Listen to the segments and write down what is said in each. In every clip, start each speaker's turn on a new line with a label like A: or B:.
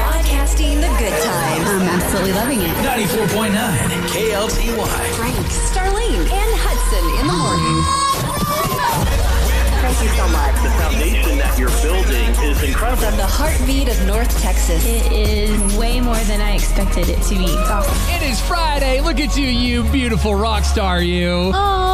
A: Texting the good times.
B: I'm absolutely loving it.
C: 94.9 KLTY.
A: Frank, Starlene, and Hudson in the morning. Thank you so much.
D: The foundation that you're building is incredible.
A: From the heartbeat of North Texas,
E: It is way more than I expected it to be.
F: It is Friday. Look at you, you beautiful rock star, you.
E: Oh,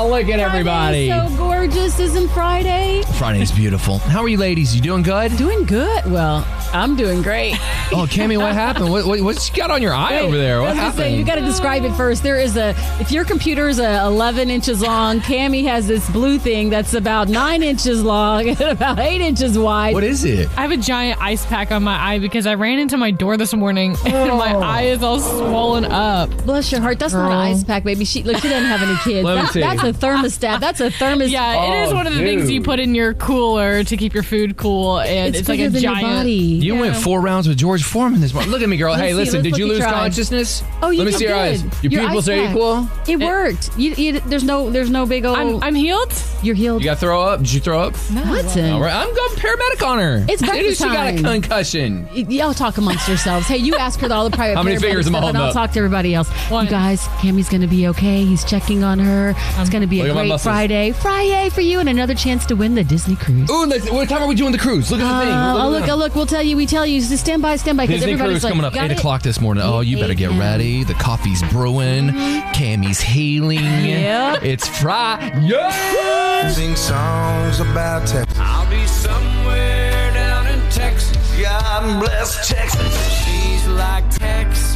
F: Oh, look at everybody.
E: So gorgeous, isn't Friday?
F: Friday is beautiful. How are you, ladies? You doing good?
G: Doing good. Well, I'm doing great.
F: Oh, Cammy, what happened? What, what, what you got on your eye over there?
G: I
F: What
G: was gonna Say, you
F: happened?
G: got to describe it first. There is a if your computer is uh, 11 inches long, Cammy has this blue thing that's about nine inches long and about eight inches wide.
F: what is it?
H: I have a giant ice pack on my eye because I ran into my door this morning and my eye is all swollen up.
G: Bless your heart. That's not an
H: Girl.
G: ice pack, baby. She look. She doesn't have any kids.
F: Let me
G: That-
F: see.
G: that's a thermostat. That's a thermostat.
H: Yeah, it is
F: Oh,
H: one of the things you
F: dude.
H: put in your cooler to keep your food cool, and
G: It's,
H: it's, like
G: bigger
H: a
G: than
H: giant.
G: your body.
F: You went four rounds with George Foreman this morning. Look at me, girl. hey,
G: see,
F: listen,
G: let's
F: did
G: look
F: you
G: at
F: lose
G: your eyes.
F: consciousness?
G: Oh, you
F: Let me
G: did
F: see your
G: good.
F: eyes. Your, pupils
G: ice
F: are
G: pack.
F: equal.
G: It worked. You, you, there's no, there's no big old.
H: I'm, I'm healed.
G: you're healed.
F: You got to throw up? Did you throw up?
G: Hudson.
F: All right, I'm going paramedic on her. It
G: It's
F: is-
G: breakfast
F: She got a
G: time.
F: concussion.
G: Y- Y'all talk amongst yourselves. Hey, you ask her all the private.
F: How many
G: paramedic
F: fingers am I
G: stuff, and
F: holding
G: I'll
F: up?
G: talk to everybody else.
H: One.
G: You guys, Cammy's going to be okay. He's checking on her. It's going to be
F: Look
G: a
F: at my
G: great
F: muscles.
G: Friday, Friday for you, and another chance to win the Disney cruise.
F: Ooh, let's- what time are we doing the cruise? Look at the thing.
G: Uh, oh
F: at
G: look!
F: the-
G: Oh look! We'll tell you. We tell you. Just stand by, stand by. 'cause
F: Disney
G: everybody's
F: Cruise
G: like,
F: coming up
G: "Got
F: eight
G: it?"
F: o'clock this morning. Oh, you better
G: 8
F: get
G: a.m.
F: ready. The coffee's brewing. Cammy's hailing.
G: Mm-hmm. Yep.
F: It's Friday. Yes!
I: Sing songs about Texas.
C: I'll be somewhere down in Texas.
I: God bless Texas.
C: She's like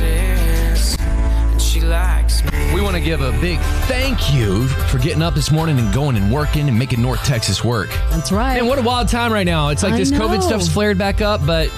C: Texas, and she likes me.
F: We want to give a big thank you for getting up this morning and going and working and making North Texas work.
G: That's right.
F: Man, what a wild time right now. It's like
G: I
F: this
G: know.
F: COVID stuff's flared back up, but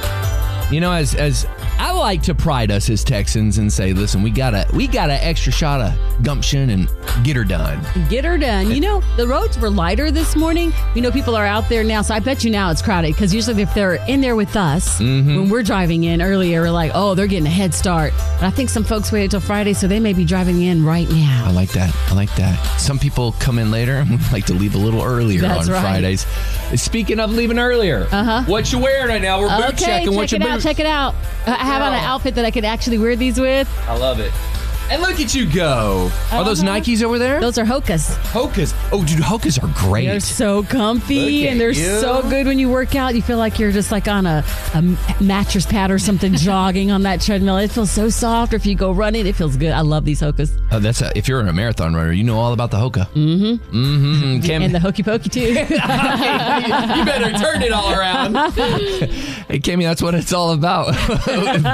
F: you know, as as I like to pride us as Texans and say, listen, we got to we got an extra shot of gumption and get her done.
G: Get her done. You know, the roads were lighter this morning. You know, people are out there now, so I bet you now it's crowded because usually if they're in there with us
F: Mm-hmm.
G: when we're driving in earlier, we're like, oh, they're getting a head start. But I think some folks waited till Friday, so they may be driving in right
F: I
G: now.
F: like that. I like that. Some people come in later and we like to leave a little earlier
G: That's
F: on
G: right.
F: Fridays. Speaking of leaving earlier, uh-huh. what you wearing right now? We're boot
G: okay,
F: checking.
G: check
F: what you
G: it out.
F: boot-
G: Check it out. Uh, I have on an
F: Girl.
G: outfit that I could actually wear these with.
F: I love it. And look at you go. Are those Nikes over there?
G: Those are Hokas.
F: Hokas. Oh, dude, Hokas are great.
G: They're so
F: Look
G: comfy
F: at
G: and they're
F: you.
G: so good when you work out. You feel like you're just like on a, a mattress pad or something, jogging on that treadmill. It feels so soft. Or if you go running, it feels good. I love these Hokas
F: Oh, that's a, if you're a marathon runner, you know all about the Hoka. Mm-hmm. Mm-hmm. Cam,
G: and the Hokey Pokey too.
F: you better turn it all around. hey, Kimmy, that's what it's all about.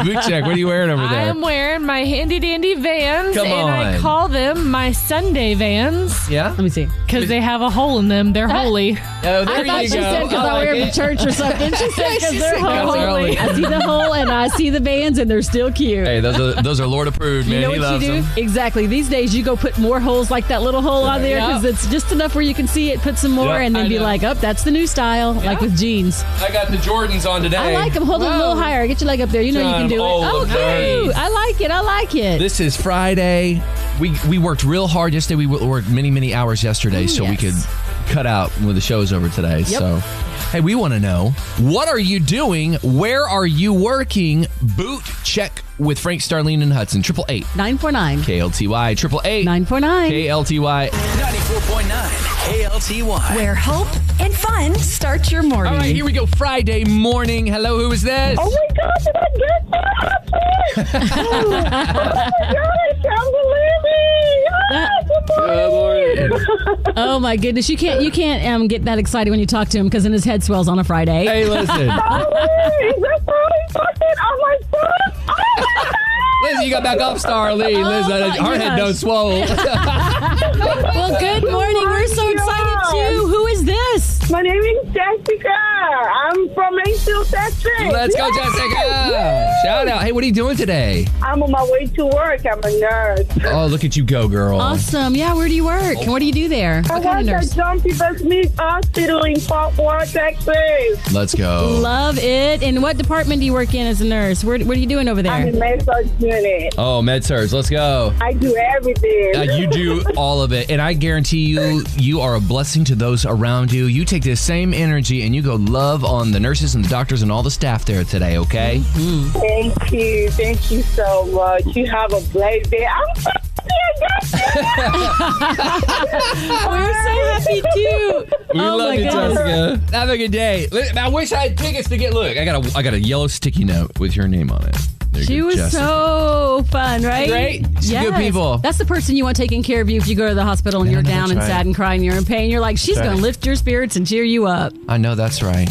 F: Boot check. What are you wearing over there?
H: I am wearing my handy dandy vans,
F: Come
H: and I
F: on.
H: call them my Sunday vans
F: yeah.
G: Let me see.
H: because they have a hole in them. They're holy.
F: Oh, there
G: I thought
F: you
G: she
F: go.
G: said because
F: I
G: I,
F: like
G: wear
F: it.
G: them to church or something. She said because
F: they're
G: they're
F: holy.
G: holy. I see the hole and I see the bands and they're still cute.
F: Hey, those are those are Lord approved, man.
G: You know
F: he
G: what
F: loves
G: you do?
F: them.
G: Exactly. These days, you go put more holes like that little hole on there because
H: Yep.
G: it's just enough where you can see it. Put some more,
F: Yep.
G: and then
H: I
G: be
H: know.
G: like, "Oh, that's the new style." Like with jeans.
F: I got the Jordans on today.
G: I like them. Hold it a little
H: Whoa.
G: higher. Get your leg up there. You know you
F: Time
G: can do it.
F: all
G: Oh,
F: of
G: cute.
F: these.
G: I like it. I like it.
F: This is Friday. We we worked real hard yesterday. We worked many many hours yesterday so we
G: Mm, yes.
F: could cut out when the show's over today. So, hey, we want to know what are you doing? Where are you working? Boot check with Frank Starling and Hudson. Triple eight
G: 949.
F: KLTY. Triple eight
G: 949.
F: KLTY.
C: 94.9 KLTY.
A: where hope and fun start your morning.
F: All right, here we go. Friday morning. Hello, who is this?
J: Oh my god, did I get that? oh my god, I can't believe it! Ah, good morning.
G: Oh my goodness. You can't you can't um, get that excited when you talk to him because then his head swells on a Friday.
F: Hey, listen.
J: Hey, is that Polly Bucket? Oh my god! Oh my
F: Liz, you got back up, Starly. Liz,
G: Oh, my
F: her head
G: gosh.
F: don't swole.
G: Well, good morning. We're so excited too. Who is this?
J: god! My name is Jessica. I'm from Mansfield, Texas.
F: Let's go,
J: Yay!
F: Jessica. Shout out. Hey, what are you doing today?
J: I'm on my way to work. I'm a nurse.
F: Oh, look at you go, girl.
G: Awesome. Yeah, where do you work? And What do you do there?
J: I
G: What
J: work
G: kind of
J: at
G: nurse?
J: John P. Smith Hospital in Fort Worth, Texas.
F: Let's go.
G: Love it. And what department do you work in as a nurse? Where, what are you doing over
J: I'm
G: there?
J: in massage unit.
F: oh, med surge. Let's go.
J: I do everything.
F: Uh, you do all of it, and I guarantee you, you are a blessing to those around you. You take this same energy and you go love on the nurses and the doctors and all the staff there today, okay?
B: Thank you. Thank you so much. You have a blessed day. I'm so
H: We're so happy too.
F: We
H: Oh
F: love
H: my
F: you,
H: gosh.
F: Jessica. Have a good day. Li- I wish I had tickets to get. Look, I got a I got a yellow sticky note with your name on it. There you
H: She
F: go,
H: was
F: Jessica.
H: so fun, right?
F: Great. She's good people.
H: That's the person you want taking care of you if you go to the hospital and you're
F: know,
H: down
F: that's
H: and
F: right.
H: sad and crying, you're in pain. You're like, she's
F: right.
H: going to lift your spirits and cheer you up.
F: I know that's right.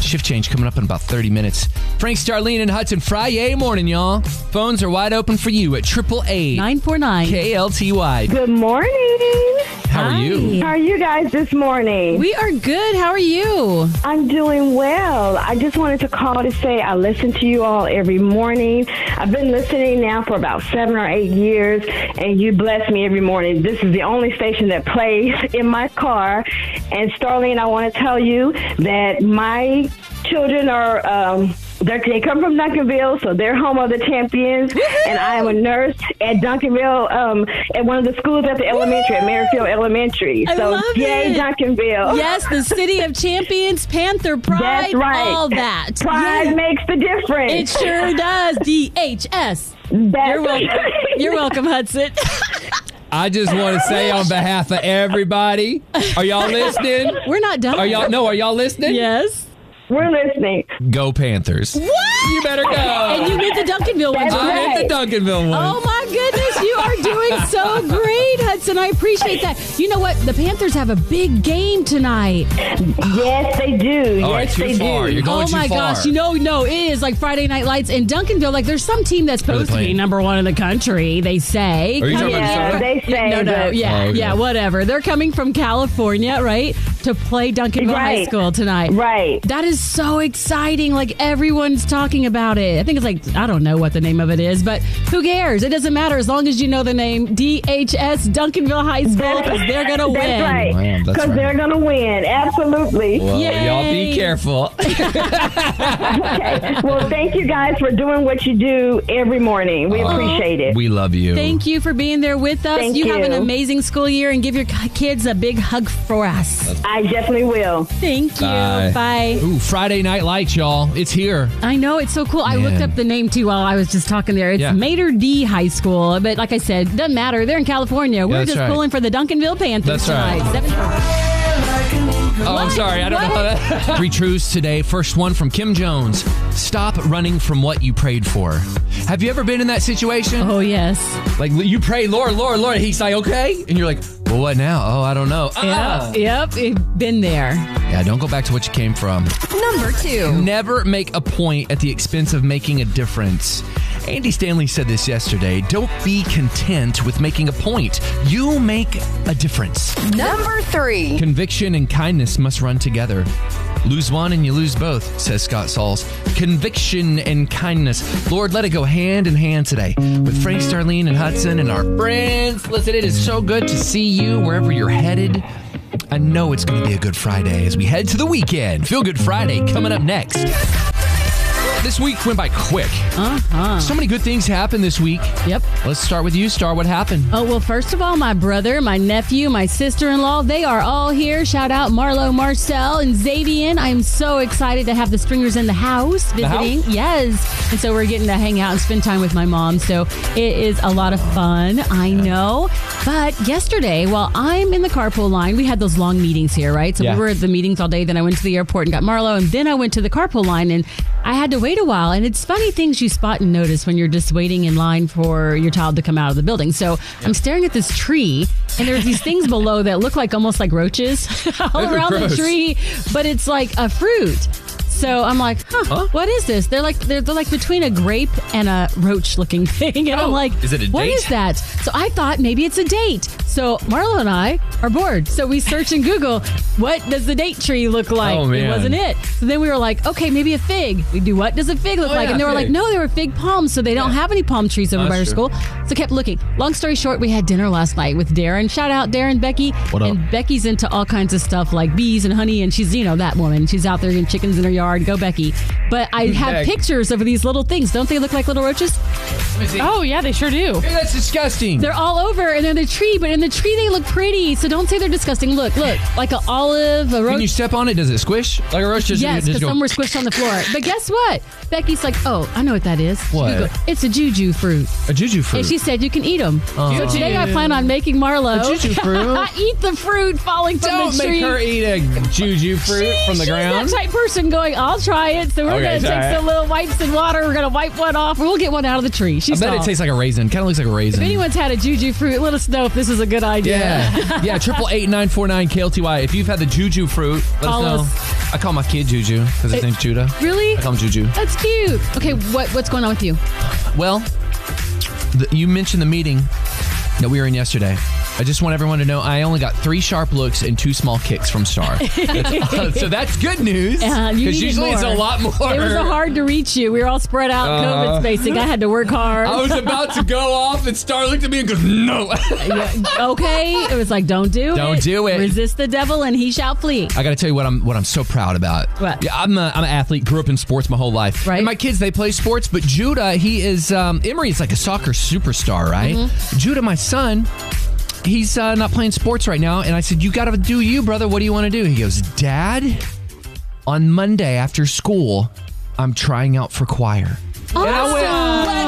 F: Shift change coming up in about 30 minutes. Frank Starlene and Hudson Friday morning, y'all. Phones are wide open for you at triple eight
H: 949.
F: KLTY.
B: Good morning.
F: How are you?
B: How are you guys this morning?
H: We are good. How are you?
B: I'm doing well. I just wanted to call to say I listen to you all every morning. I've been listening now for about seven or eight years, and you bless me every morning. This is the only station that plays in my car. And Starlene, I want to tell you that my children are. Um, they're- they come from Duncanville, so they're home of the champions. And I am a nurse at Duncanville, um, at one of the schools at the elementary, at Merrifield Elementary.
H: I
B: so
H: love
B: yay,
H: it.
B: Duncanville!
H: Yes, the City of Champions, Panther Pride,
B: That's right.
H: all that.
B: Pride
H: Yeah.
B: makes the difference.
H: It sure does. DHS.
B: That's-
H: You're welcome. You're welcome, Hudson.
F: I just want to say on behalf of everybody, are y'all listening?
H: We're not done.
F: Are y'all no? Are y'all listening?
H: Yes.
B: We're listening.
F: Go Panthers!
H: What?
F: You better go.
H: And you get the Duncanville one.
B: That's
H: too.
B: right.
F: I'm at the Duncanville one.
H: Oh my goodness, you are doing so great, Hudson. I appreciate that. You know what? The Panthers have a big game tonight.
B: Yes, they do.
F: All right,
B: yes,
F: too
B: they
F: far.
B: do.
F: You're going
H: oh my
F: too far.
H: gosh, you know, no, it is like Friday Night Lights in Duncanville. Like, there's some team that's
F: they
H: supposed to be
F: playing?
H: number one in the country, they say.
F: Are you talking about the
B: Yeah,
F: Star?
B: they say
H: no, no,
B: that-
H: yeah,
F: Oh, okay.
H: yeah, whatever. They're coming from California, right, to play Duncanville High
B: Right.
H: School tonight.
B: Right.
H: That is so exciting. Like everyone's talking about it. I think it's like, I don't know what the name of it is, but who cares? It doesn't matter as long as you know the name DHS Duncanville High School because they're going to win.
B: That's right.
F: Wow, that's
B: Because
F: right.
B: they're going to win. Absolutely.
F: Well,
H: Yay.
F: y'all be careful.
B: Okay. well, thank you guys for doing what you do every morning. We appreciate it.
F: we love you.
H: Thank you for being there with us.
B: Thank
H: have an
B: you.
H: amazing school year and give your k- kids a big hug for us.
B: I definitely will.
H: Thank you.
F: Bye.
H: Bye.
F: Ooh, Friday Night Lights, y'all. It's here.
H: I know it's so cool. I
F: Man.
H: looked up the name too while I was just talking there. It's
F: Yeah.
H: Mater D High School, but like I said, doesn't matter. They're in California. We're
F: that's
H: just
F: right.
H: pulling for the Duncanville Panthers
F: That's right.
H: tonight. Seven-
F: Oh, I'm
H: What?
F: sorry. I don't know
H: What?
F: how that. Three truths today. First one from Kim Jones. Stop running from what you prayed for. Have you ever been in that situation?
H: Oh yes.
F: Like you pray, Lord, Lord, Lord. He's like, okay, and you're like, well, what now? Oh, I don't know. Ah.
H: Yep. Yep. Been there.
F: Yeah, don't go back to what you came from.
A: Number two.
F: Never make a point at the expense of making a difference. Andy Stanley said this yesterday. Don't be content with making a point. You make a difference.
A: Number three.
F: Conviction and kindness must run together. Lose one and you lose both, says Scott Sauls. Conviction and kindness. Lord, let it go hand in hand today with Frank Starlene and Hudson and our friends. Listen, it is so good to see you wherever you're headed. I know it's going to be a good Friday as we head to the weekend. Feel Good Friday coming up next. This week went by quick. So many good things happened this week.
H: Yep.
F: Let's start with you, Star. What happened?
H: Oh well, first of all, my brother, my nephew, my sister-in-law, they are all here. Shout out Marlo, Marcel, and Xavian. I am so excited to have the Stringers in the house
F: house?
H: visiting. Yes, and so we're getting to hang out and spend time with my mom. So it is a lot of fun. I know. But yesterday, while I'm in the carpool line, we had those long meetings here, right? So
F: Yeah.
H: we were at the meetings all day. Then I went to the airport and got Marlo, and then I went to the carpool line and. I had to wait a while, and it's funny things you spot and notice when you're just waiting in line for your child to come out of the building. So I'm staring at this tree, and there's these things below that look like almost like roaches all
F: They're
H: around
F: gross.
H: the tree, but it's like a fruit. So I'm like, huh, what is this? They're like they're, they're like between a grape and a roach looking thing, and
F: Oh,
H: I'm like,
F: is it a
H: what
F: date?
H: is that? So I thought maybe it's a date. So Marlo and I are bored, so we search in Google, what does the date tree look like?
F: Oh, man.
H: It wasn't it. So then we were like, okay, maybe a fig. We do what does a fig look
F: Oh,
H: like?
F: yeah,
H: and they were
F: fig.
H: like, no, they were fig palms, so they don't have any palm trees over
F: That's
H: by our
F: true.
H: school. So kept looking. Long story short, we had dinner last night with Darren. Shout out Darren Becky.
F: What up?
H: And Becky's into all kinds of stuff like bees and honey, and she's you know that woman. She's out there getting chickens in her yard
G: yard. Go Becky. But I have
F: Beck.
G: pictures of these little things. Don't they look like little roaches?
F: Oh,
H: Oh yeah, they sure do.
F: that's disgusting.
G: They're all over and they're in the tree, but in the tree they look pretty. So don't say they're disgusting. Look, look, like an olive, a
F: Can you
G: roach.
F: step on it? Does it squish? Like a roach just,
G: Yes,
F: just
G: because
F: go.
G: some were squished on the floor. But guess what? Becky's like, oh, I know what that is. She
F: What?
G: Googled, It's a juju fruit.
F: a juju fruit.
G: And she said you can eat them. So today I plan on making Marlo
F: Uh-huh. A juju fruit?
G: eat the fruit falling from
F: Don't
G: the
F: make
G: tree.
F: her eat a juju fruit
G: She-
F: from the
G: she's
F: ground.
G: that type person going, I'll try it. So we're
F: Okay,
G: gonna take
F: sorry.
G: some little wipes and water. We're gonna wipe one off. We'll get one out of the tree.
F: I
G: She's
F: bet it tastes like a raisin. Kind of looks like a raisin.
G: If anyone's had a juju fruit, let us know if this is a good idea.
F: yeah, yeah. Triple eight nine four nine KLTY. If you've had the juju fruit, let
G: Call
F: us know. I call my kid Juju because his
G: It-
F: name's Judah.
G: Really?
F: I call him Juju.
G: That's cute. Okay, what what's going on with you?
F: Well, the, you mentioned the meeting that we were in yesterday. I just want everyone to know I only got three sharp looks and two small kicks from Star. That's- uh, so that's good news
G: Uh, you needed
F: usually it's a
G: more.
F: lot more.
G: It was a hard to reach you. We were all spread out,
F: Uh.
G: COVID spacing. I had to work hard.
F: I was about to go off, and Star looked at me and goes, "No."
G: okay, it was like don't do
F: Don't
G: it.
F: do it.
G: Resist the devil and he shall flee.
F: I gotta tell you what I'm what I'm so proud about.
G: What?
F: Yeah, I'm a, I'm an athlete. Grew up in sports my whole life.
G: Right.
F: And my kids they play sports, but Judah he is um, Emery is like a soccer superstar, right?
G: Mm-hmm.
F: Judah, my son. He's uh, not playing sports right now, and I said, "You got to do you, brother. What do you want to do?" He goes, "Dad, on Monday after school, I'm trying out for choir." And I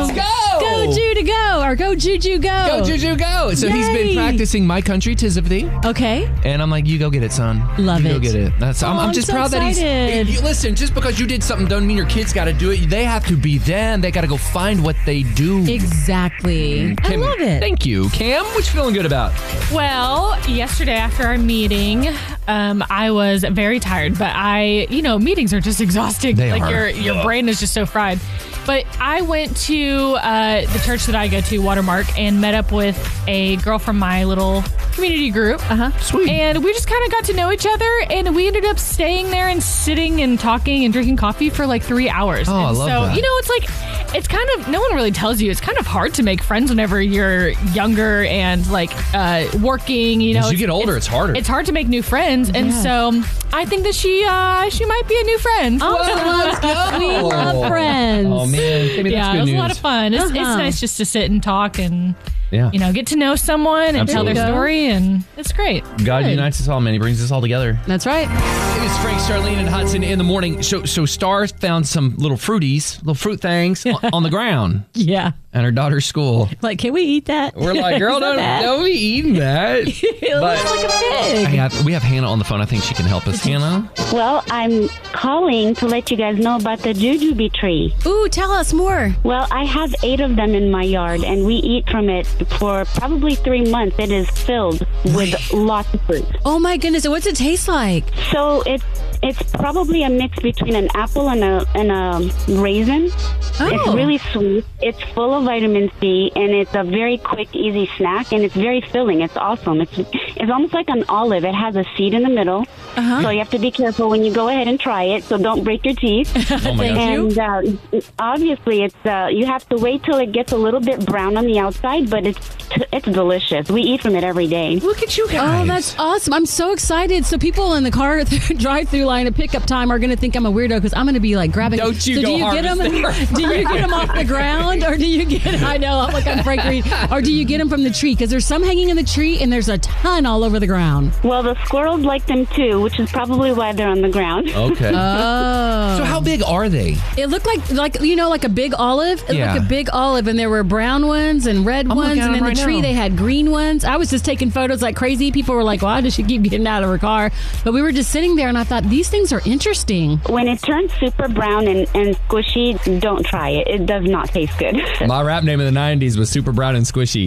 F: went, "Let's go,
G: Go Judah go or go Juju go.
F: go, Juju, go!" So he's been
G: Yay.
F: practicing my country, "Tis of Thee."
G: Okay.
F: And I'm like, you go get it, son.
G: Love
F: you Go
G: it.
F: get it. That's. I'm,
G: Oh,
F: I'm
G: I'm
F: just
G: so
F: proud that he's.
G: excited.
F: You- listen, just because you did something, don't mean your kids got to do it. They have to be them. They got to go find what they do.
G: Exactly. I
F: Kim,
G: love it.
F: Thank you, Cam. What you feeling good about?
H: Well, yesterday after our meeting, um, I was very tired, but I, you know, meetings are just exhausting.
F: They
H: like
F: are.
H: your your brain is just so fried. But I went to uh, the church that I go to, Watermark, and met up with a girl from my little community group. Uh huh.
F: Sweet.
H: And we just kind of got to know each other, and we ended up staying there and sitting and talking and drinking coffee for like three hours.
F: Oh, I
H: And
F: love
H: so,
F: that.
H: you know, it's like, it's kind of, no one really tells you, it's kind of hard to make friends whenever you're younger and like uh, working, you know.
F: As you get older, it's harder.
H: It's hard to make new friends. And so I think that she, uh, she might be a new friend.
G: Oh, We love friends.
F: Oh man, Kimmy, that's
H: yeah,
F: good
H: it was
F: news.
H: a lot of fun. It's,
G: Uh-huh.
H: it's nice just to sit and talk and,
F: Yeah.
H: you know, get to know someone and tell
F: Absolutely. There
H: their
F: you
G: go.
H: story. And it's great.
F: God
G: Good.
F: unites us all, man. He brings us all together.
G: That's right.
F: It is Frank, Charlene, and Hudson in the morning. So, so Star found some little fruities, little fruit things on, on the ground
G: Yeah.
F: at her daughter's school.
G: Like, can we eat that?
F: We're like, girl, don't, don't be eating that.
G: It looks like a pig.
F: Hey, I- we have Hannah on the phone. I think she can help us. Hannah?
B: Well, I'm calling to let you guys know about the jujube tree.
G: Ooh, tell us more.
B: Well, I have eight of them in my yard, and we eat from it for probably three months. It is filled with lots of fruit.
G: Oh my goodness, and what's it taste like?
B: So it's it's probably a mix between an apple and a and a raisin. It's
G: Oh,
B: really sweet. It's full of vitamin C, and it's a very quick, easy snack, and it's very filling. It's awesome. It's it's almost like an olive. It has a seed in the middle,
F: Uh-huh.
B: so you have to be careful when you go ahead and try it. So don't break your teeth.
F: Oh my gosh.
B: And uh, obviously, it's uh, you have to wait till it gets a little bit brown on the outside, but it's it's delicious. We eat from it every day.
F: Look at you guys.
G: Oh, that's awesome. I'm so excited. So people in the car drive through line at pickup time are going to think I'm a weirdo because I'm going to be like grabbing.
F: Don't you
G: so
F: go
G: do you get
F: harvest
G: them?
F: their
G: Do you get them off the ground or do you get? I know I'm like I'm Frank Reed. Or do you get them from the tree? Because there's some hanging in the tree and there's a ton all over the ground.
B: Well, the squirrels like them too, which is probably why they're on the ground.
F: Okay.
G: Oh,
F: so, how big are they?
G: it looked like like you know like a big olive. It
F: Yeah.
G: looked like a big olive, and there were brown ones and red
F: looking
G: ones,
F: at them
G: and in
F: right
G: the tree
F: now.
G: they had green ones. I was just taking photos like crazy. People were like, "Why does she keep getting out of her car?" But we were just sitting there, and I thought these things are interesting.
B: When it turns super brown and, and squishy, don't try it. It does not taste good.
F: My rap name in the 90s was Super Brown and Squishy.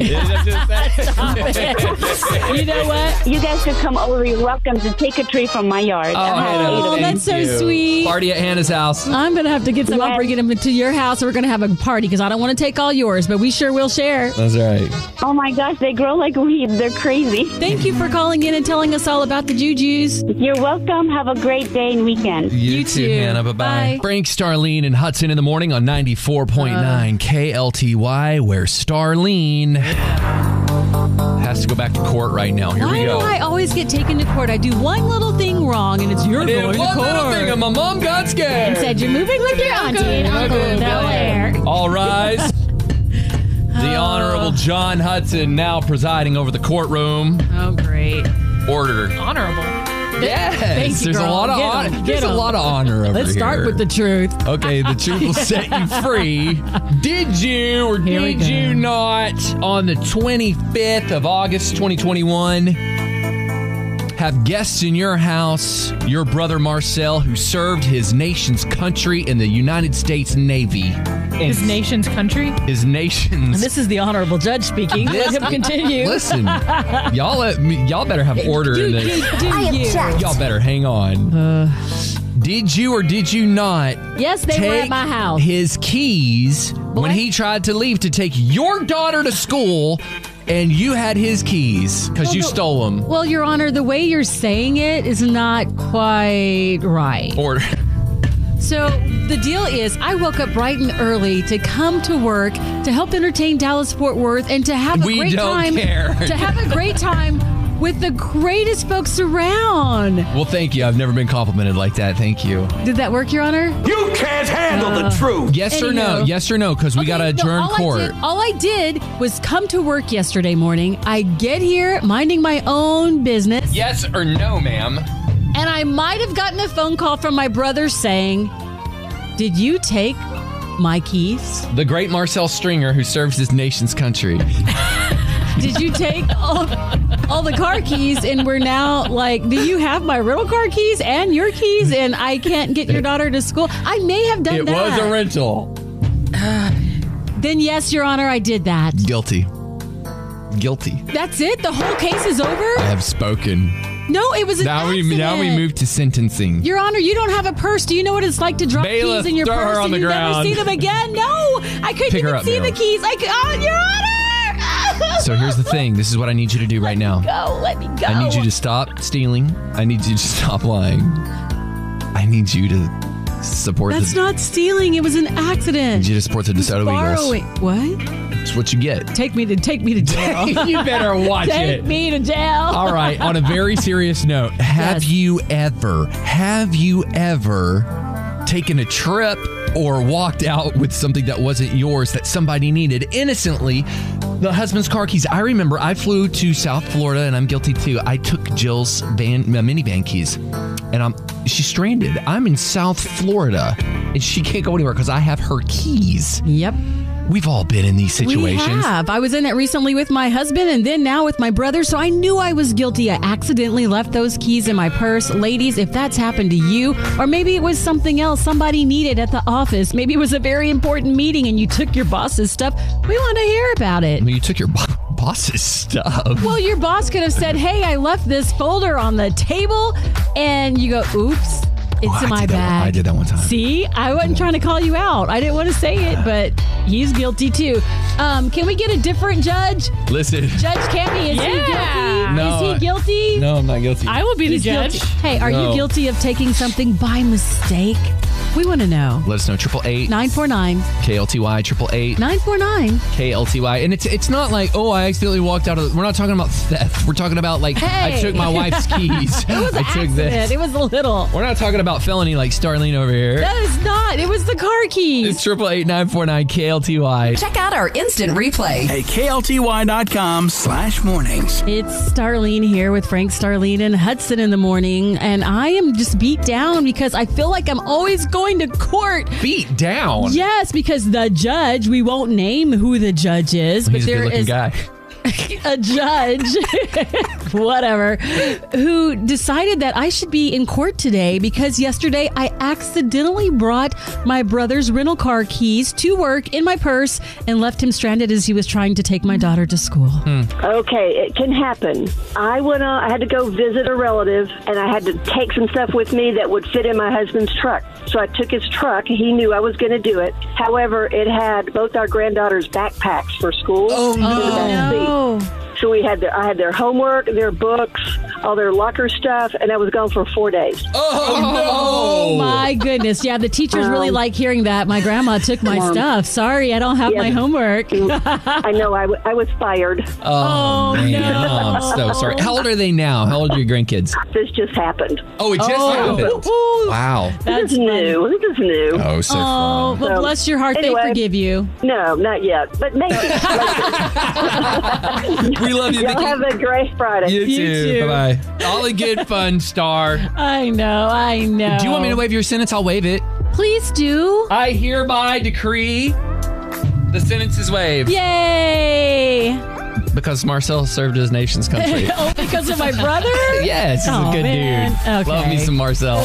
G: You know what?
B: you guys should come over. You're welcome to take a tree from my yard.
F: Uh,
B: I have eight of
G: Oh,
B: them.
G: that's so sweet.
F: Party at Hannah's house.
G: I'm gonna have to get some.
B: Yes.
G: I'm bringing them to your house. We're gonna have a party because I don't want to take all yours, but we sure will share.
F: That's right.
B: Oh my gosh, they grow like weeds. They're crazy.
G: Thank you for calling in and telling us all about the juju's.
B: You're welcome. Have a great day and weekend.
F: You,
G: You
F: too,
G: too.
F: Hannah. Bye bye.
G: Bye.
F: Frank, Starlene, and Hudson in the morning on
G: Uh.
F: 94.9 KLTY, where Starlene Has to go back to court right now. Here
G: Why
F: we go.
G: do I always get taken to court? I do one little thing wrong, and it's your
F: I
G: going
F: did
G: to
F: one
G: court.
F: little thing and my mom got scared.
G: And said you're moving with your auntie and uncle to Delaware.
F: All rise. The Honorable John Hudson now presiding over the courtroom.
G: Oh, great.
F: Order.
H: Honorable.
F: Yes.
G: Thank you,
F: there's a
G: girl.
F: lot of
G: Get 'em,
F: honor.
G: get
F: There's a
G: 'em.
F: lot of honor over
G: Let's
F: here.
G: start with the truth.
F: Okay, the truth will set you free. Did you or
G: Here we
F: did
G: go.
F: you not on the 25th of August 2021 have guests in your house, your brother Marcel, who served his nation's country in the United States Navy?
H: His nation's country.
F: His nation's.
G: This is the honorable judge speaking. Let him continue.
F: Listen, y'all, let me- y'all better have order in
G: do,
F: this.
G: do, do you?
F: Y'all better hang on. did you or did you not
G: Yes, they were at
F: take
G: my house.
F: his keys when he tried to leave to take your daughter to school, and you had his keys because you
G: no.
F: stole them.
G: Well, Your Honor, the way you're saying it is not quite right.
F: Or
G: So the deal is, I woke up bright and early to come to work to help entertain Dallas Fort Worth and to have a
F: We
G: great
F: don't
G: time.
F: care.
G: To have a great time with the greatest folks around.
F: well, thank you. I've never been complimented like that. Thank you.
G: Did that work, Your Honor?
D: You can't handle the truth.
F: Yes or no?
G: Anyhow.
F: Yes or no? Because we got to
G: Okay, so
F: adjourn
G: all
F: court.
G: I did, all I did was come to work yesterday morning. I get here minding my own business,
F: Yes or no, ma'am?
G: and I might have gotten a phone call from my brother saying, "Did you take my keys?
F: The great Marcel Stringer, who serves his nation's country.
G: Did you take all, all the car keys?" And we're now like, "Do you have my rental car keys and your keys?" And I can't get your daughter to school. I may have done
F: It was
G: that.
F: a rental.
G: then yes, Your Honor, I did that.
F: Guilty. Guilty.
G: That's it. The whole case is
F: I
G: over.
F: have spoken.
G: No, it was an
F: Now we now we
G: accident.
F: move to sentencing.
G: Your Honor, you don't have a purse. Do you know what it's like to drop
F: Bailiff,
G: keys in your
F: throw her
G: purse
F: on
G: and
F: the
G: you never
F: ground.
G: see them again? No, I couldn't
F: Pick her
G: even
F: up,
G: see the
F: Meryl.
G: keys. I could, oh, Your Honor.
F: so here's the thing. This is what I need you to do right now.
G: Go, let me go.
F: I need you to stop stealing. I need you to stop lying. I need you to support
G: That's
F: the
G: not stealing. It was an
F: I need
G: accident.
F: you to support the DeSoto Eagles.
G: Borrowing. What?
F: It's what you get.
G: Take me to take me to jail.
F: you better watch
G: take me to jail.
F: All right, on a very serious note, have
G: Yes.
F: you ever have you ever taken a trip or walked out with something that wasn't yours that somebody needed innocently? The husband's car keys. I remember I flew to South Florida and I'm guilty too. I took Jill's van uh, minivan keys and I'm she's stranded. I'm in South Florida and she can't go anywhere cuz I have her keys.
G: Yep.
F: We've all been in these
G: We
F: situations.
G: have. Uh, I was in it recently with my husband and then now with my brother, so I knew I was guilty. I accidentally left those keys in my purse. Ladies, if that's happened to you, or maybe it was something else somebody needed at the office, maybe it was a very important meeting and you took your boss's stuff, we want to hear about it.
F: Well, you took your bo- boss's stuff.
G: Well, your boss could have said, Hey, I left this folder on the table. And you go, Oops, it's
F: Oh, I
G: in my
F: did that one-
G: bag.
F: I did that one time.
G: See, I wasn't trying to call you out. I didn't want to say it, but he's guilty too. Um, can we get a different judge?
F: Listen.
G: Judge Cammy, is
H: Yeah.
G: he guilty?
F: No,
G: is he guilty?
F: No, I'm not guilty.
H: I will be
G: He's
H: the judge.
G: guilty. Hey, are
F: No.
G: you guilty of taking something by mistake? We want to know.
F: Let us know triple eight
G: 949
F: KLTY triple eight
G: 949.
F: KLTY, and it's it's not like oh I accidentally walked out of. The, we're not talking about theft. We're talking about like I
G: Hey.
F: took my wife's keys.
G: It was
F: I
G: an
F: took
G: accident.
F: this.
G: It was a little.
F: We're not talking about felony like Starlene over here.
G: That is not. It was the car keys.
F: It's triple eight nine four nine KLTY.
A: Check out our instant replay.
I: At klty.com slash mornings.
G: It's Starlene here with Frank Starlene and Hudson in the morning, and I am just beat down because I feel like I'm always going to court.
F: Beat down.
G: Yes, because the judge, we won't name who the judge is, but
F: He's a
G: there
F: good-looking
G: is
F: guy.
G: a judge, whatever, who decided that I should be in court today because yesterday I accidentally brought my brother's rental car keys to work in my purse and left him stranded as he was trying to take my daughter to school.
F: Hmm.
J: Okay, it can happen. I went on, I had to go visit a relative, and I had to take some stuff with me that would fit in my husband's truck. So I took his truck. He knew I was going to do it. However, it had both our granddaughters' backpacks for school. Oh,
G: no.
J: So we had their, I had their homework, their books,
B: all their locker stuff, and I was gone for four days.
G: Oh, my goodness. Yeah, the teachers really like hearing that. My grandma took my
B: Um,
G: stuff. Sorry, I don't have
B: yes.
G: my homework.
B: I know. I, w- I was fired.
F: Oh, man.
B: no.
F: Oh, I'm so sorry. How old are they now? How old are your grandkids?
B: This just happened.
F: Oh, it just
B: Oh.
F: happened. Wow.
B: That's new. This is new.
F: Oh, so Oh,
G: fun. well, bless your heart, they forgive you.
B: No, not yet, but maybe.
F: we love you,
B: Y'all have a great Friday.
F: You, too. Bye bye. All the good fun, Star.
G: I know, I know.
F: Do you want me to wave your sentence? I'll wave it.
G: Please do.
F: I hereby decree the sentence is waived.
G: Yay!
F: Because Marcel served his nation's country.
G: oh, because of my brother?
F: yes, he's
G: Oh,
F: a good
G: man.
F: dude.
G: Okay.
F: Love me some Marcel.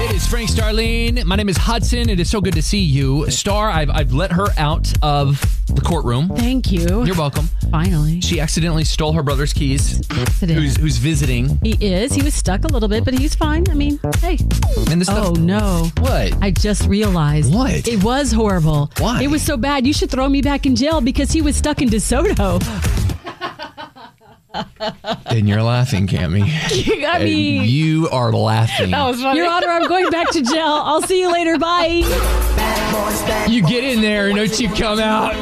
F: It is Frank Starlene. My name is Hudson. It is so good to see you. Star, I've, I've let her out of the courtroom.
G: Thank you.
F: You're welcome.
G: Finally.
F: She accidentally stole her brother's keys.
G: Accident.
F: Who's, who's visiting.
G: He is. He was stuck a little bit, but he's fine. I mean, hey.
F: And this
G: oh,
F: stuff-
G: no.
F: What?
G: I just realized.
F: What?
G: It was horrible.
F: Why?
G: It was so bad. You should throw me back in jail because he was stuck in DeSoto.
F: And you're laughing, Cammy.
G: I
F: And
G: mean-
F: you are laughing.
G: Your Honor, I'm going back to jail. I'll see you later. Bye.
F: You get in there and don't you come out.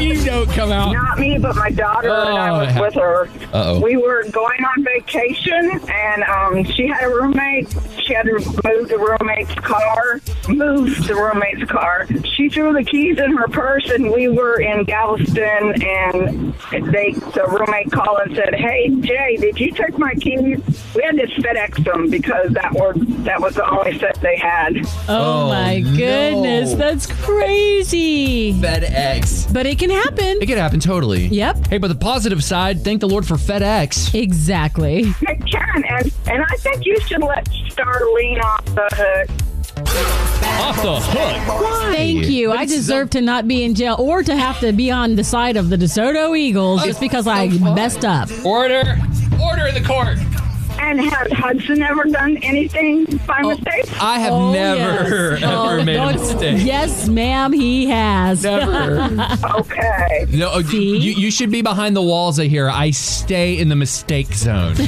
F: You don't come out.
J: Not me, but my daughter and I
F: Oh,
J: was
F: yeah.
J: with her.
F: Uh-oh.
J: We were going on vacation, and um, she had a roommate. She had to move the roommate's car, move the roommate's car. She threw the keys in her purse, and we were in Galveston, and they the roommate called and said, "Hey Jay, did you take my keys?" We had to FedEx them because that were that was the only set they had.
G: Oh, my goodness. That's crazy.
F: FedEx.
G: But it can happen.
F: It could happen totally.
G: Yep.
F: Hey, but the positive side, thank the Lord for FedEx.
G: Exactly.
J: They can, and and I think you should let Starlene off the hook.
F: Off the hook.
G: Thank you.
F: But
G: I
F: it's
G: deserve to not be in jail or to have to be on the side of the DeSoto Eagles just because I messed up.
F: Order. Order in the court.
J: And has Hudson ever done anything by mistake?
F: I have
G: Oh,
F: never
G: yes.
F: ever
G: Oh,
F: made a
G: don't-
F: mistake.
G: Yes, ma'am, he has.
F: Never.
J: okay.
F: No, oh, you, you should be behind the walls. I hear. I stay in the mistake zone.
J: Oh,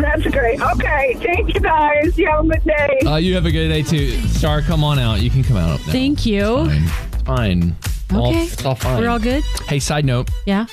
J: that's great. Okay, thank you guys. You have a good day.
F: uh, you have a good day too, Star. Come on out. You can come out up now.
G: Thank you.
F: It's fine. It's all-
G: Okay.
F: it's all fine.
G: We're all good?
F: Hey, side note.
G: Yeah.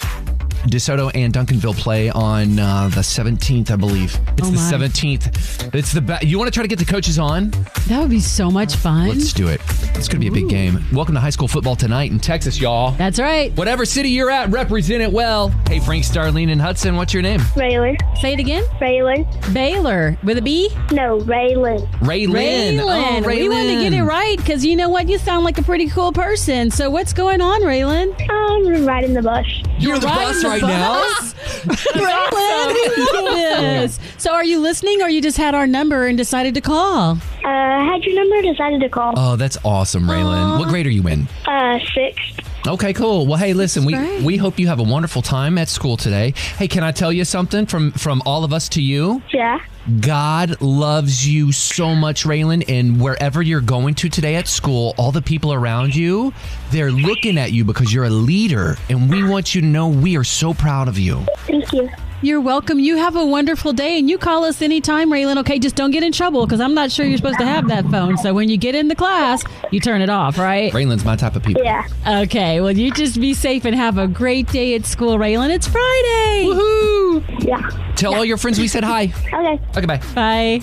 F: DeSoto and Duncanville play on uh, the 17th, I believe. It's
G: Oh
F: the
G: my.
F: 17th. It's the best. You want to try to get the coaches on?
G: That would be so much fun.
F: Let's do it. It's going to be a big game. Welcome to high school football tonight in Texas, y'all.
G: That's right.
F: Whatever city you're at, represent it well. Hey, Frank, Starlene, and Hudson, what's your name?
K: Raylan.
G: Say it again.
K: Raylan.
G: Baylor with a B?
K: No, Raylan.
F: Raylan.
G: Raylan.
F: Oh, Raylan.
G: We wanted to get it right because you know what? You sound like a pretty cool person. So what's going on, Raylan?
K: I'm riding the bus.
F: You're, the
G: riding
F: boss
G: the
F: right now.
G: bus? Raylan, we love this. So are you listening or you just had our number and decided to call?
K: Uh, had your number, decided to call.
F: Oh, that's awesome, Raylan. What grade are you in?
K: Uh, sixth.
F: Okay, cool. Well, hey, listen, we, we hope you have a wonderful time at school today. Hey, can I tell you something from from all of us to you?
K: Yeah.
F: God loves you so much, Raylan, and wherever you're going to today at school, all the people around you, they're looking at you because you're a leader, and we want you to know we are so proud of you.
K: Thank you.
G: You're welcome. You have a wonderful day and you call us anytime, Raylan. Okay, just don't get in trouble because I'm not sure you're supposed to have that phone. So when you get in the class, you turn it off, right?
F: Raylan's my type of people.
K: Yeah.
G: Okay, well, you just be safe and have a great day at school, Raylan. It's Friday. Woohoo!
K: Yeah.
F: Tell all your friends we said hi.
K: Okay.
F: Okay, bye.
G: Bye.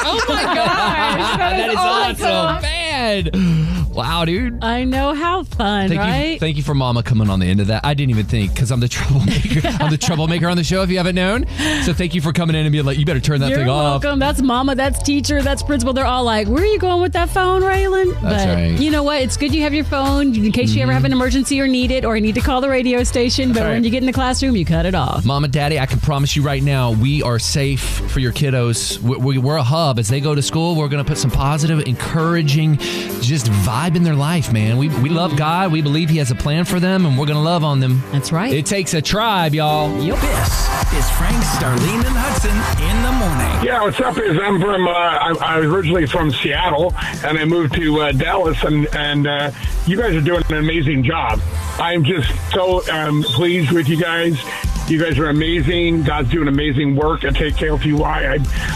L: Oh my gosh.
F: That is awesome. Man. Wow, dude.
G: I know how fun,
F: Thank
G: right?
F: you, thank you for Mama coming on the end of that. I didn't even think because I'm the troublemaker. I'm the troublemaker on the show. If you haven't known, so thank you for coming in and being like, you better turn that
G: You're
F: thing off.
G: welcome. That's mama, that's teacher, that's principal. They're all like, where are you going with that phone, Raylan?
F: That's
G: but
F: right. Mm-hmm.
G: you know what? It's good you have your phone in case you ever have an emergency or need it or you need to call the radio station. but
F: right.
G: when you get in the classroom, you cut it off.
F: Mom and Daddy, I can promise you right now, we are safe for your kiddos. We- we- We're a hub as they go to school. We're going to put some positive, encouraging just vibing their life, man. We, we love God. We believe He has a plan for them, and we're going to love on them.
G: That's right.
F: It takes a tribe, y'all.
G: Yep.
I: This is Frank, Starlene, and Hudson in the morning.
M: Yeah, what's up? Is I'm from uh, I, I'm originally from Seattle, and I moved to uh, Dallas, and and uh, you guys are doing an amazing job. I'm just so um, pleased with you guys. You guys are amazing. God's doing amazing work at KKLTY.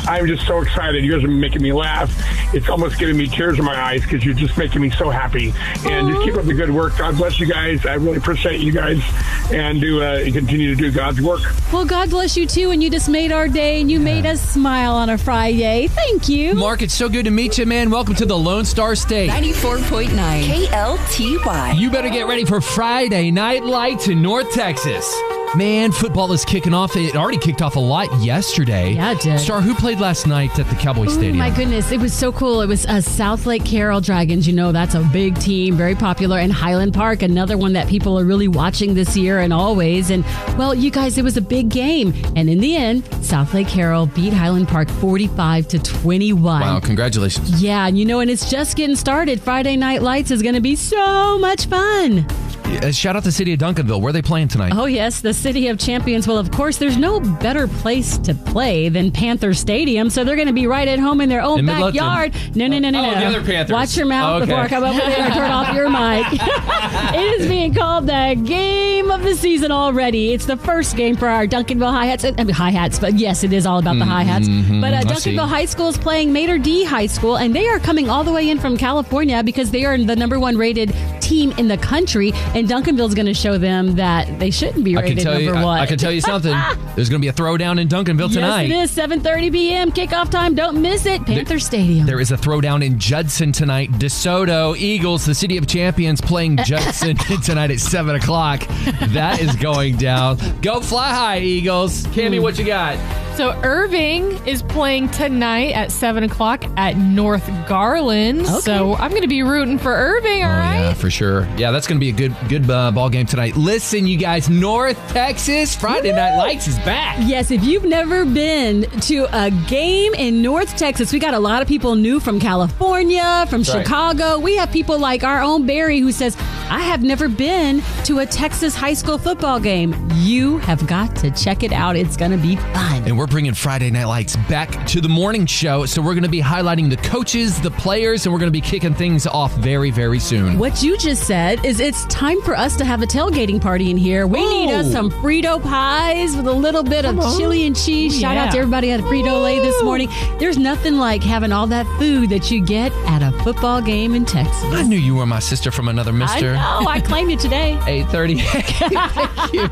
M: I, I'm just so excited. You guys are making me laugh. It's almost giving me tears in my eyes because you're just making me so happy. And just keep up the good work. God bless you guys. I really appreciate you guys, and do uh, continue to do God's work.
G: Well, God bless you too, and you just made our day, and you made us smile on a Friday. Thank you.
F: Mark, it's so good to meet you, man. Welcome to the Lone Star State.
A: 94.9 KLTY.
F: You better get ready for Friday Night Lights in North Texas. Man, football is kicking off. It already kicked off a lot yesterday. Yeah,
G: it did.
F: Star, who played last night at the Cowboy
G: Oh
F: Stadium?
G: my goodness, it was so cool. It was uh, South Lake Carroll Dragons. You know, that's a big team, very popular. And Highland Park, another one that people are really watching this year and always. And well, you guys, it was a big game. And in the end, South Lake Carroll beat Highland Park 45 to 21.
F: Wow, congratulations.
G: Yeah, and you know, and it's just getting started. Friday Night Lights is going to be so much fun.
F: Uh, shout out the city of Duncanville. Where are they playing tonight?
G: Oh, yes, the City of Champions. Well, of course, there's no better place to play than Panther Stadium, so they're going to be right at home in their own
F: In Midlothian.
G: backyard. No, no, no, no,
F: Oh,
G: no.
F: the other Panthers.
G: Watch your mouth
F: Okay.
G: before I come over there and turn off your mic. it is being called the game of the season already. It's the first game for our Duncanville High Hats. I mean, High Hats, but yes, it is all
F: Mm-hmm.
G: about the High Hats.
N: Mhm,
F: Mm,
G: But uh,
N: I see.
G: Duncanville High School is playing Mater D High School, and they are coming all the way in from California because they are the number one rated team in the country, and Duncanville's going to show them that they shouldn't be
F: I can
G: rated
F: tell
G: number
F: you. I-
G: one.
F: I, can tell you something. There's going to be a throwdown in Duncanville tonight.
G: Yes, it is. 7.30 p.m. Kickoff time. Don't miss it. Panther Stadium.
F: There is a throwdown in Judson tonight. DeSoto Eagles, the city of champions, playing Judson tonight at seven o'clock. That is going down. Go fly high, Eagles. Cammy,
G: Mm.
F: what you got?
H: So Irving is playing tonight at seven o'clock at North Garland. So I'm going to be rooting for
G: Oh,
H: Irving. All right.
F: Oh, Yeah, for sure. Yeah, that's going to be a good good uh, ball game tonight. Listen, you guys, North Texas Friday Night Lights is back.
G: Yes, if you've never been to a game in North Texas, we got a lot of people new from California, from
N: That's right.
G: Chicago. We have people like our own Barry who says, I have never been to a Texas high school football game. You have got to check it out. It's going to be fun.
F: And we're bringing Friday Night Lights back to the morning show. So we're going to be highlighting the coaches, the players, and we're going to be kicking things off very, very soon.
G: What you just said is it's time for us to have a tailgating party in here. We need
N: Oh.
G: us some Frito pies with a little bit of chili and cheese.
N: Ooh,
G: Shout out to
N: yeah.
G: everybody at Frito Lay this morning. There's nothing like having all that food that you get at a football game in Texas.
F: I knew you were my sister from another mister.
G: I know. I claimed it today.
F: 830.